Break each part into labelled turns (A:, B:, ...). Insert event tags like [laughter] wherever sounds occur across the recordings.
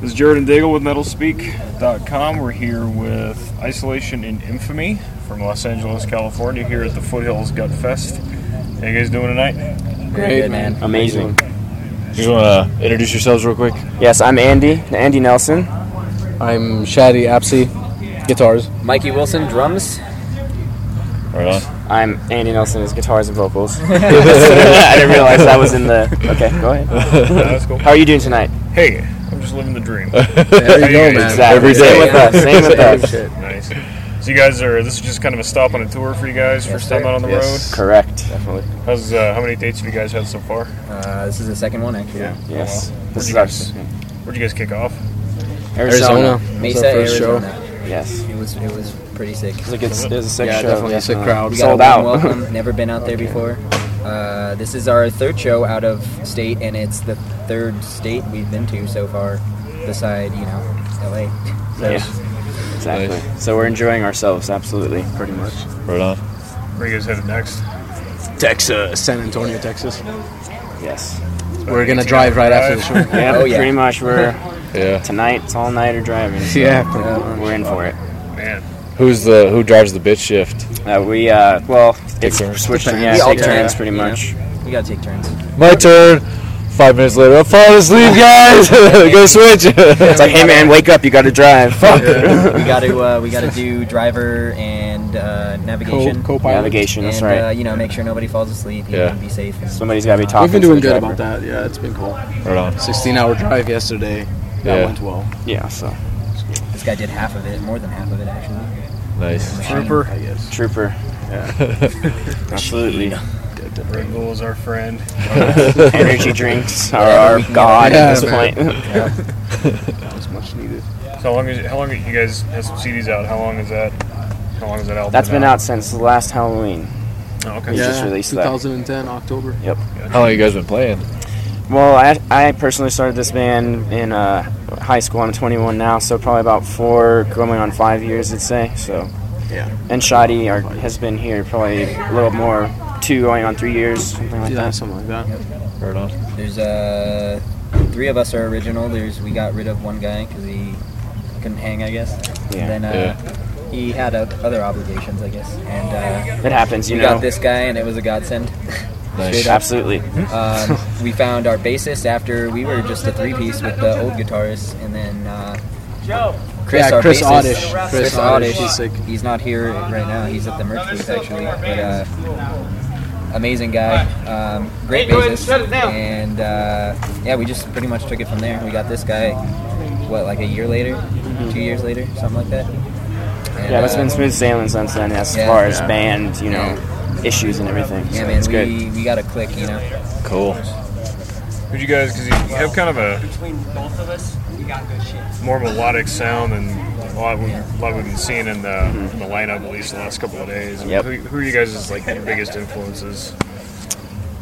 A: This is Jared and Daigle with MetalSpeak.com. We're here with Isolation and Infamy from Los Angeles, California, here at the Foothills Gut Fest. How you guys doing tonight?
B: Very good, man.
C: Amazing.
D: You want to introduce yourselves real quick?
C: Yes, I'm Andy, Andy Nelson.
B: I'm Shadi Apsey,
C: [laughs]
B: guitars.
E: Mikey Wilson, drums.
D: Right on.
C: I'm Andy Nelson, is guitars and vocals. [laughs] I didn't realize that was in the. Okay, go ahead.
A: Yeah, that's cool.
C: How are you doing tonight?
A: Hey, I'm just living the dream.
D: Uh.
B: There you go, man.
C: Exactly.
D: Every day.
C: Same with us.
D: [laughs]
C: Same
B: [laughs]
C: with us.
B: Shit.
A: nice. So you guys are. This is just kind of a stop on a tour for you guys. First time out on the
B: Yes.
C: Correct. Definitely.
A: road. How's uh, how many dates have you guys had so far?
E: Uh, this is the second one, actually.
C: Yes. This is
A: you
C: our
A: guys- Where'd you guys kick off?
B: Arizona.
E: uh, Mesa,
B: That was our first
E: Arizona.
C: Yes. It
E: It was it was pretty sick.
C: was a good. It was a sick
B: Yeah,
C: show. Uh,
B: definitely a sick crowd.
E: We got
C: Sold
E: a
C: out. [laughs]
E: warm Welcome. Never been out there before. Uh, this is our third show out of state, and it's the third state we've been to so far, beside you know, L.A. So
C: yeah. Exactly. So we're enjoying ourselves. Absolutely. Pretty much.
D: Right on.
A: Where you guys headed next?
B: Texas. San Antonio, Texas. [laughs]
C: Yes.
B: We're gonna drive right after the show.
C: Yeah.
E: Oh, yeah.
C: Pretty much. We're
D: Yeah.
C: tonight. It's all nighter driving. so
B: [laughs] yeah.
C: We're in for it.
A: Man,
D: Who's the who drives the bitch shift?
C: Uh, we uh, well, it's
D: turns.
C: switched.
B: Depends.
C: Yeah,
E: We all
C: take turns
E: turn,
C: pretty
E: you know.
C: much.
E: we gotta take turns.
D: My turn. Five minutes later, I'm falling asleep, guys. [laughs] Go switch.
C: It's like, hey man, wake up! You got to drive. [laughs]
E: We gotta uh, we gotta do driver and uh, navigation.
B: Co- pilot
C: Navigation.
E: And
C: That's
E: uh,
C: right.
E: you know, make sure nobody falls asleep. You
D: Yeah.
E: know, be safe.
C: Somebody's got to be talking.
B: We've been
C: to
B: doing
C: the
B: good
C: driver.
B: about that. Yeah, it's been cool.
D: right
B: [laughs]
D: on.
B: 16 hour drive yesterday. That
D: Yeah.
B: went well.
C: Yeah.
B: [laughs]
C: So
E: This guy did half of it, more than half of it actually.
B: [laughs]
D: Nice.
A: Trooper.
B: I guess.
C: trooper. Absolutely.
A: Red Bull is our friend.
C: Energy
B: [laughs]
C: drinks are our god
B: Yeah,
C: at this
B: man.
C: point.
B: That was much needed.
A: So how long is it, how long you guys have some CDs out? How long is that? How long is that album?
C: [laughs] That's been out since the last Halloween.
A: Oh, okay.
C: We Yeah. just released that.
B: 2010 October.
D: How long you guys been playing?
C: Well, I, I personally started this band in uh, high school. I'm 21 now, so probably about four, going on five years, I'd say. So,
B: Yeah.
C: and Shadi are, has been here probably a little more, two going on three years, something like
B: Yeah,
C: that.
B: something like that.
D: Right
B: [laughs]
D: on.
E: There's uh, three of us are original. There's we got rid of one guy because he couldn't hang, I guess.
C: Yeah.
E: Then uh, he had uh, other obligations, I guess. And uh,
C: It happens, you
E: we
C: know.
E: got this guy, and it was a godsend.
D: Nice.
C: Absolutely.
B: [laughs]
E: um, we found our bassist after we were just a three-piece with the old guitarist, and then uh, Chris,
B: Yeah,
E: our
B: Chris
E: bassist,
B: Oddish.
E: Chris,
B: Chris Oddish,
E: Oddish.
B: he's sick.
E: He's not here right now. He's at the merch booth actually. But, uh, amazing guy, um, great bassist, and uh, yeah, we just pretty much took it from there. We got this guy, what like a year later,
B: Mm-hmm.
E: two years later, something like that. And,
C: Yeah, that's
E: uh,
C: been smooth sailing since then, as
E: Yeah.
C: far as band, you know, issues and everything.
E: Yeah,
C: so
E: man,
C: it's good.
E: we, we got a click, you know.
D: Cool.
A: Would you guys, because you you have kind of a
F: between both of us, we got good shit.
A: more melodic sound than a lot, we, a lot we've been seeing in the, in the lineup at least the last couple of days.
C: Yep.
A: Who, who are you guys' like your biggest influences?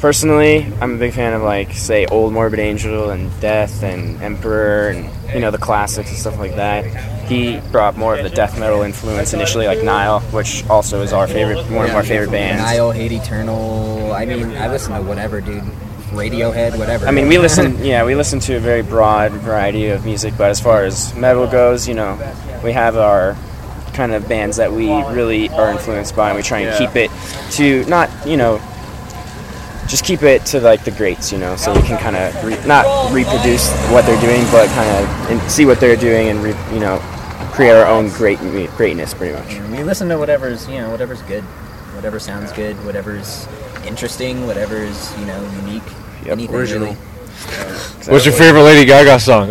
C: Personally, I'm a big fan of like, say, Old Morbid Angel and Death and Emperor and you know the classics and stuff like that. He brought more of the death metal influence initially, like Nile, which also is our favorite, one of our favorite bands.
E: Nile, Hate Eternal. I mean, I listen to whatever, dude. Radiohead, whatever.
C: I mean, we listen, yeah, we listen to a very broad variety of music, but as far as metal goes, you know, we have our kind of bands that we really are influenced by, and we try and keep it to not, you know, just keep it to like the greats, you know, so we can kind of re- not reproduce what they're doing, but kind of and see what they're doing and re- you know, create our own great mu- greatness, pretty much.
E: we listen to whatever's you know whatever's good, whatever sounds good, whatever's interesting, whatever's you know unique, anything
B: original.
E: really.
D: What's your favorite Lady Gaga song? [laughs]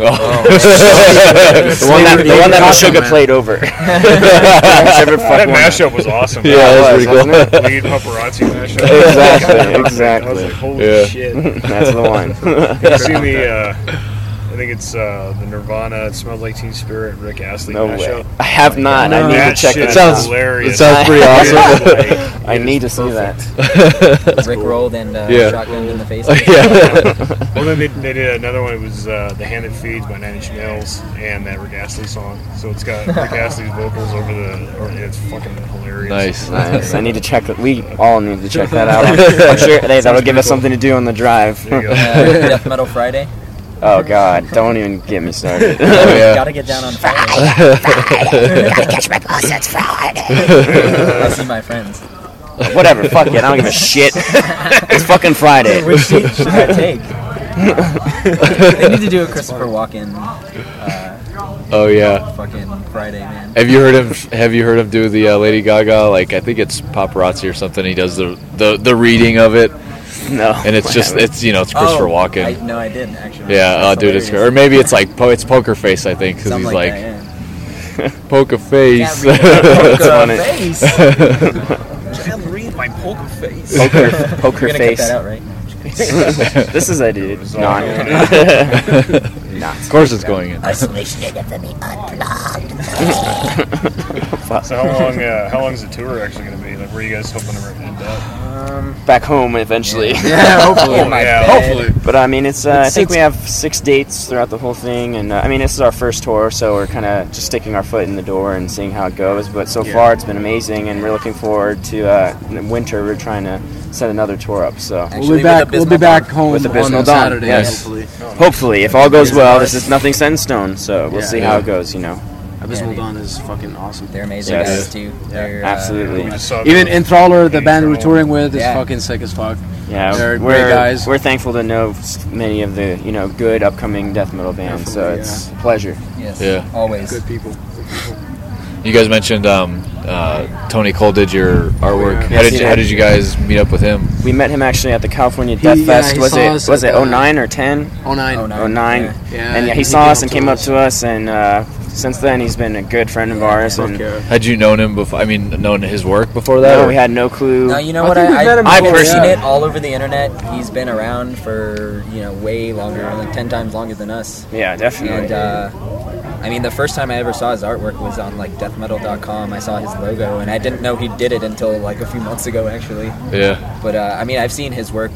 D: Oh,
B: [laughs]
C: The one that the one that Meshuggah played
D: [laughs]
C: over. Every
A: That
C: fuck one.
A: mashup was
C: [laughs]
A: awesome.
D: yeah, that's
C: was,
D: pretty cool.
C: wasn't
A: That lead paparazzi mashup. [laughs] I
C: [laughs] Exactly,
A: was
C: exactly.
A: like, holy
D: Yeah.
A: shit!
C: That's the one.
A: You
C: [laughs]
A: seen the? Uh, I think it's uh, the Nirvana. It smells like Teen Spirit. Rick Astley
C: No
A: mashup.
C: way. I have not. I need
A: That
C: to check
A: shit
C: that
A: [laughs]
D: sounds-
C: out.
A: hilarious.
D: It sounds pretty awesome.
C: [laughs]
A: awesome.
C: I need to see that.
D: [laughs]
E: Rick rolled and uh,
D: Yeah.
E: shotgun in the
D: [laughs]
E: face. [laughs] Uh,
D: yeah.
A: Well, then they, they did another one. It was uh, "The Hand That Feeds" by Nine Inch Nails and that Rick Astley song. So it's got Rick Astley's vocals over the. Or it's fucking hilarious.
D: Nice.
C: Nice. I need to check that. We all need to check that out. I'm sure they, that'll give us something to do on the drive.
A: There you go.
E: Uh, Death Metal Friday.
C: [laughs] Oh God! Don't even get me started.
D: [laughs] Oh, yeah.
E: Gotta get down on Friday. I see my friends.
C: Whatever. Fuck it. I don't give a shit. It's fucking Friday.
E: Which seat should I take? they need to do a Christopher Walken uh,
D: oh yeah.
E: fucking Friday, man.
D: Have you heard him? Have you heard him do the uh, Lady Gaga? Like I think it's paparazzi or something. He does the the, the reading of it,
C: No.
D: and it's just it's you know it's Christopher
E: oh,
D: Walken.
E: I, no, I didn't actually.
D: yeah,
E: That's
D: oh, dude, it's
E: hilarious.
D: or maybe it's like po- it's Poker Face. I think because he's
E: Something
D: like,
E: that, yeah.
D: poker face.
C: It's
E: Poker
C: on it.
E: face.
D: [laughs]
B: Child, read my poker face.
C: poker
E: [laughs] You're
C: poker
E: gonna
C: face.
E: cut that out, right?
C: [laughs] This is edited. Not.
D: of course, it's going in.
C: [laughs]
A: So how long? Uh, how long is the tour actually going to be? Like, where are you guys hoping to end up?
C: Back home eventually.
E: Yeah, hopefully.
A: Yeah.
C: But I mean, it's. Uh, I
E: It's-
C: think we
E: it's-
C: have six dates throughout the whole thing, and uh, I mean, this is our first tour, so we're kind of just sticking our foot in the door and seeing how it goes. But so far, it's been amazing, and we're looking forward to uh, in winter. We're trying to set another tour up. So
B: We'll be back. We'll be back home
C: With the
B: on
C: Bismol Dawn,
B: Saturday.
D: yes.
B: Hopefully,
C: hopefully, if all goes well, this is nothing set in stone. So we'll
B: Yeah.
C: see how it goes. You know,
B: Abysmal
E: dude.
B: Dawn is fucking awesome.
E: They're amazing
C: Yes.
E: guys too. They're, uh,
C: absolutely.
A: We just saw
B: Even
A: the-
B: Enthrallar, the band we're
A: Enthrallar.
B: touring with, is
E: Yeah.
B: fucking sick as fuck.
C: Yeah,
B: They're
C: we're
B: great guys.
C: we're thankful to know s- many of the you know good upcoming death metal bands. so
B: Definitely,
C: it's a pleasure.
E: Yes.
D: Yeah.
E: Always.
B: Good people.
D: You guys mentioned um, uh, Tony Cole did your artwork. How
C: Yes,
D: did
C: he
D: you, how
C: did.
D: did you guys meet up with him?
C: We met him actually at the California
B: He-
C: Death
B: yeah,
C: Fest.
B: he
C: was
B: saw
C: it
B: us
C: was
B: at
C: it
B: the-
C: 09 or 10?
B: Oh nine.
E: Oh, no.
C: 09.
E: Yeah.
B: Yeah,
C: and yeah, he
B: he
C: saw
B: came
C: us
B: up
C: and
B: to
C: came up
B: us.
C: to us, and uh, since then he's been a good friend of ours.
B: Fuck
C: And
B: yeah.
D: Had you known him before? I mean, known his work before that?
C: no,
D: or-
C: we had no clue.
E: No, you know
B: I
E: what?
B: think we've
E: I,
B: met him
E: I, I've
C: before,
E: seen
B: yeah.
E: it all over the internet. He's been around for you know way longer, like ten times longer than us.
C: yeah, definitely.
E: And uh, I mean, the first time I ever saw his artwork was on like deathmetal.com. I saw his logo, and I didn't know he did it until like a few months ago, actually.
D: Yeah,
E: But uh, I mean, I've seen his work.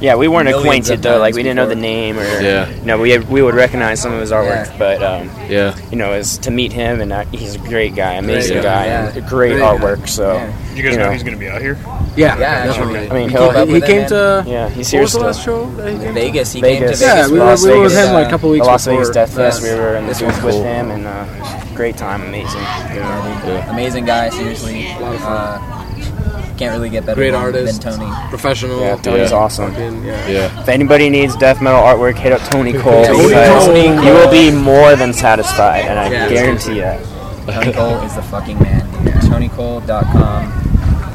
C: yeah, we weren't
E: millions of
C: acquainted though. Like
E: times
C: we didn't know the
E: before.
C: name or
D: Yeah.
C: you know we we would recognize some of his artwork,
E: Yeah.
C: but um,
D: yeah.
C: you know, is to meet him and uh, he's a great guy, amazing
D: Great
C: guy,
E: guy, yeah.
C: and a great
B: Great
C: artwork. So
E: Yeah.
A: You guys
C: you
A: know,
C: know.
A: he's going to be out here.
B: Yeah,
E: Yeah,
B: definitely.
C: I mean,
B: He
C: he'll-
B: came- he
E: with it,
B: came
E: man.
B: to.
C: yeah, he's
B: What
C: here
B: was the
C: still.
B: last show? that he came to?
E: Vegas. He
C: Vegas.
E: came to
B: Yeah,
E: Vegas.
B: we were,
C: Las
B: we were with
C: Vegas,
B: him like a couple
C: The
B: weeks
C: Las
B: before.
C: Vegas Death Fest, we
E: Yes.
C: were in the
E: This
C: booth
E: was
C: with
E: cool.
C: him, and uh, great time, amazing.
E: Yeah, Amazing guy, seriously. Uh, can't really get better
B: Great
E: than-
B: artist.
E: than Tony.
B: Professional.
C: Yeah, Tony's
D: Yeah.
C: awesome.
B: Fucking, yeah.
D: Yeah,
C: If anybody needs death metal artwork, hit up Tony Cole.
E: Tony
C: because
B: Cole.
C: You will be more than satisfied, and I
B: Yeah.
C: guarantee it.
E: Tony Cole is the fucking man. TonyCole.com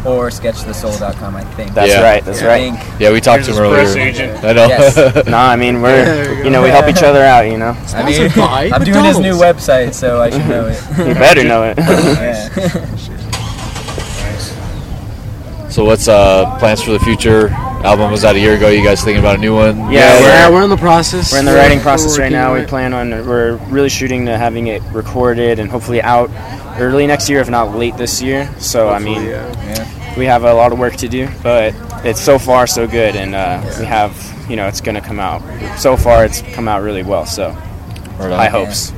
E: or SketchTheSoul.com, I think.
C: That's
D: Yeah.
C: right. That's
E: I
C: right.
E: think.
D: yeah. We
A: Here's
D: talked to
A: his
D: him earlier.
A: press agent.
D: I know.
E: Yes.
D: [laughs]
C: No, I mean
B: There
C: we're
B: you
C: you know we help each other out. You know,
B: [laughs]
E: I mean,
B: Sponsored by
E: [laughs] I'm doing his new
B: McDonald's.
E: website, so I should know
B: [laughs]
E: it.
C: you better know it. [laughs]
E: Yeah. [laughs]
D: so what's uh plans for the future? Album was out a year ago. You guys thinking about a new one?
C: Yeah,
B: Yeah,
C: we're-
B: we're, in the process.
C: We're in the writing process
B: We're
C: right now. We
B: working on
C: plan on we're really shooting to having it recorded and hopefully out early next year, if not late this year. So I mean,
B: it. Yeah.
C: we have a lot of work to do, but it's so far so good, and uh, we have you know it's gonna come out. So far, it's come out really well. So
D: Right on.
C: high [laughs] hopes.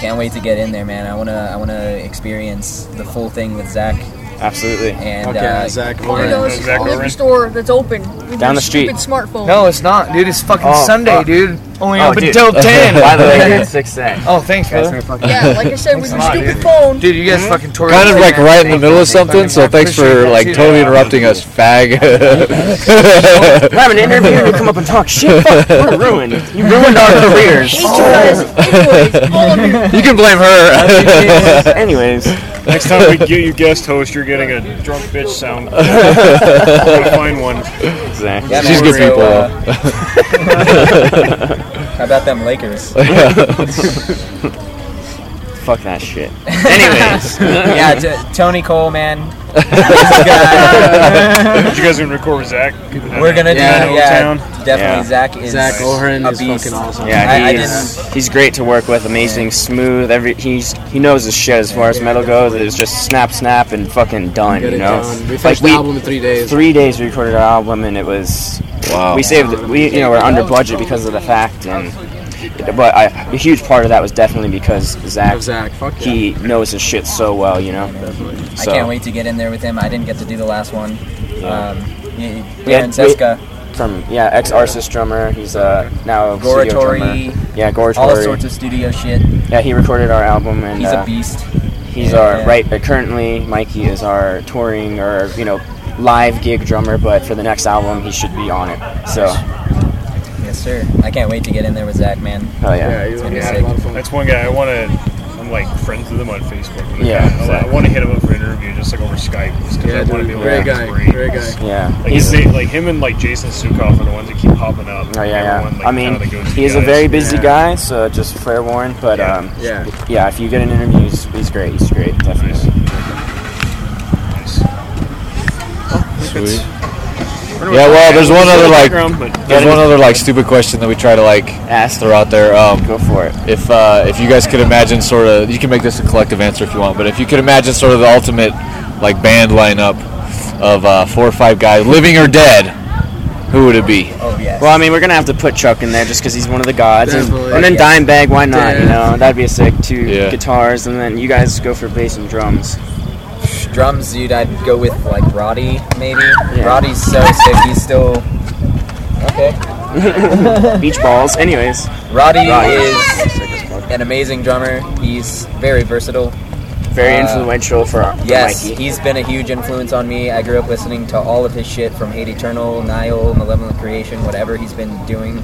E: Can't wait to get in there, man. I wanna, I wanna experience the full thing with Zach
C: Absolutely.
E: and
B: Okay,
E: uh,
B: Zach
G: There
B: Warren.
G: goes
A: Zach Oren.
G: every store that's open. With
C: Down
G: your
C: the street.
G: Stupid smartphone.
H: No, it's not, dude. It's fucking
C: Oh,
H: Sunday,
C: fuck.
H: dude. Only
C: Oh,
H: open
C: dude.
H: till
C: By [laughs]
H: ten.
C: the way, it's six cents.
H: oh, thanks, brother.
G: Yeah, like I said, with your stupid phone.
H: Dude, you guys
C: Hmm?
H: fucking tore.
D: [laughs] Kind
H: us
D: of
H: up,
D: like
H: man.
D: right in the
H: Thank
D: middle
H: you.
D: of something.
H: Fucking
D: So thanks
H: appreciate
D: for
H: that,
D: like
H: too.
D: totally
H: Yeah.
D: interrupting us, fag. [laughs]
C: We're having an interview and you come up and talk shit. Fuck, we're ruined. You ruined [laughs] our careers.
G: Each of us, all of you.
D: you can blame her.
C: [laughs] Anyways,
A: Next time we get you guest host, you're getting a drunk bitch sound. Gotta
D: [laughs]
A: find one.
C: exactly.
E: yeah,
D: She's
E: man,
D: good
E: so,
D: people.
E: uh, [laughs] how about them Lakers?
C: Fuck that shit.
E: [laughs] yeah, t- Tony Cole, man.
B: [laughs]
A: But you guys are gonna record with Zach.
E: We're gonna do
A: Yeah,
E: yeah,
A: Old Town.
E: definitely.
C: Yeah.
E: Zach is
B: Zach Oren
E: a
B: is
E: beast.
B: fucking awesome.
E: I-
C: Yeah,
E: I
C: he's he's great to work with. Amazing, smooth. Every he's he knows his shit as far as metal goes. It's just snap, snap, and fucking done.
B: Get
C: you
B: it
C: know,
B: done. We finished the album in three days.
C: Three days we recorded our album, and it was
D: [laughs] wow.
C: we saved we you know we're under budget because of the fact and. But I, a huge part of that was definitely because Zach,
B: Of Zach, fuck yeah.
C: he knows his shit so well, you know. So
E: I can't wait to get in there with him. I didn't get to do the last one. Um, y- y-
C: We had-
E: Francesca,
C: from yeah, ex Arsis drummer. He's uh now a studio
E: Goratory,
C: drummer. Yeah, Goratory.
E: all sorts of studio shit.
C: yeah, he recorded our album and
E: He's
C: uh,
E: a beast.
C: he's
E: Yeah,
C: our
E: yeah.
C: right. Uh, currently, Mikey is our touring or you know live gig drummer, but for the next album, he should be on it. So
E: Yes, sir. I can't wait to get in there with Zach, man.
C: hell yeah.
E: It's gonna be
C: [laughs]
E: sick.
A: That's one guy I want to. I'm like friends with him on Facebook.
C: Yeah,
A: I,
C: exactly.
A: want to hit him up for an interview, just like over Skype, just 'cause I
B: Yeah,
A: want to
B: dude,
A: be able
B: great
A: to
B: guy,
A: breathe.
B: great guy.
C: Yeah,
A: Like,
C: he's-
A: he's the, like him and like Jason Sukoff are the ones that keep popping up.
C: Oh yeah,
A: Everyone,
C: yeah.
A: like,
C: I mean,
A: kinda goes to
C: he is a
A: guys.
C: very busy
B: Yeah.
C: guy, so just fair warned. But
A: Yeah.
C: um,
B: Yeah.
C: yeah, if you get an interview, he's, he's great. He's great,
A: Nice.
C: definitely.
A: Nice.
D: Sweet. Yeah, well, there's one other like there's one other like stupid question that we try to like
C: Ask
D: throw out there. Um,
C: Go for it.
D: if uh, if you guys could imagine sort of you can make this a collective answer if you want but if you could imagine sort of the ultimate like band lineup of uh, four or five guys living or dead who would it be
C: [laughs]
E: Oh yes.
C: Well, I mean, we're gonna have to put Chuck in there just because he's one of the gods, and,
B: Definitely.
C: and then
E: Yeah.
C: Dimebag. Why not? You know, that'd be a sick two
D: Yeah.
C: guitars, and then you guys go for bass and drums.
E: drums, dude, I'd go with like Roddy, maybe.
C: Yeah.
E: Roddy's so sick. He's still okay.
C: Beach balls, anyways.
E: Roddy,
C: Roddy.
E: is an amazing drummer. He's very versatile.
C: Very
E: Uh,
C: influential for for
E: Yes,
C: Mikey.
E: he's been a huge influence on me. I grew up listening to all of his shit from Hate Eternal, Nihil, Malevolent Creation, whatever he's been doing.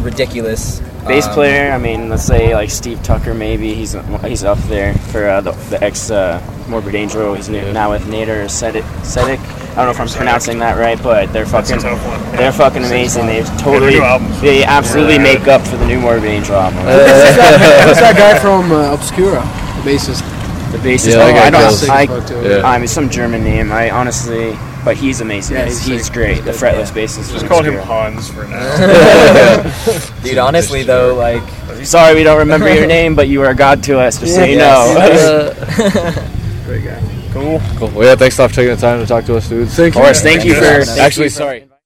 E: Ridiculous.
C: Bass
E: Um,
C: player, I mean, let's say like Steve Tucker, maybe he's he's up there for uh, the, the ex uh, Morbid Angel. He's new, now with Nader Sedic. Sedic. I don't know if I'm pronouncing that right, but they're
A: That's a
C: fucking
A: tough one.
C: they're fucking amazing. They totally
A: new album's
C: they absolutely
A: really
C: make
A: good.
C: up for the new Morbid Angel album.
B: Uh, Who's that guy from uh, Obscura? The bassist.
C: the bassist.
D: Yeah,
C: oh,
D: that guy
C: I
D: kills.
C: don't. I,
D: Yeah.
C: I mean, some German name. I honestly, but he's amazing.
B: Yeah,
C: he's,
B: he's sick.
C: great. The fretless bassist.
A: Just
C: from
A: call him
C: Obscura.
A: Hans for
C: [laughs]
A: now.
D: [laughs]
E: [laughs] Dude, honestly though, like
C: Sorry, we don't remember your name, but you are a god to us. Just so you know.
A: cool.
D: cool
E: [laughs]
D: well yeah thanks a lot for taking the time to talk to us dudes
B: Thank
C: Of course, thank you for
D: actually sorry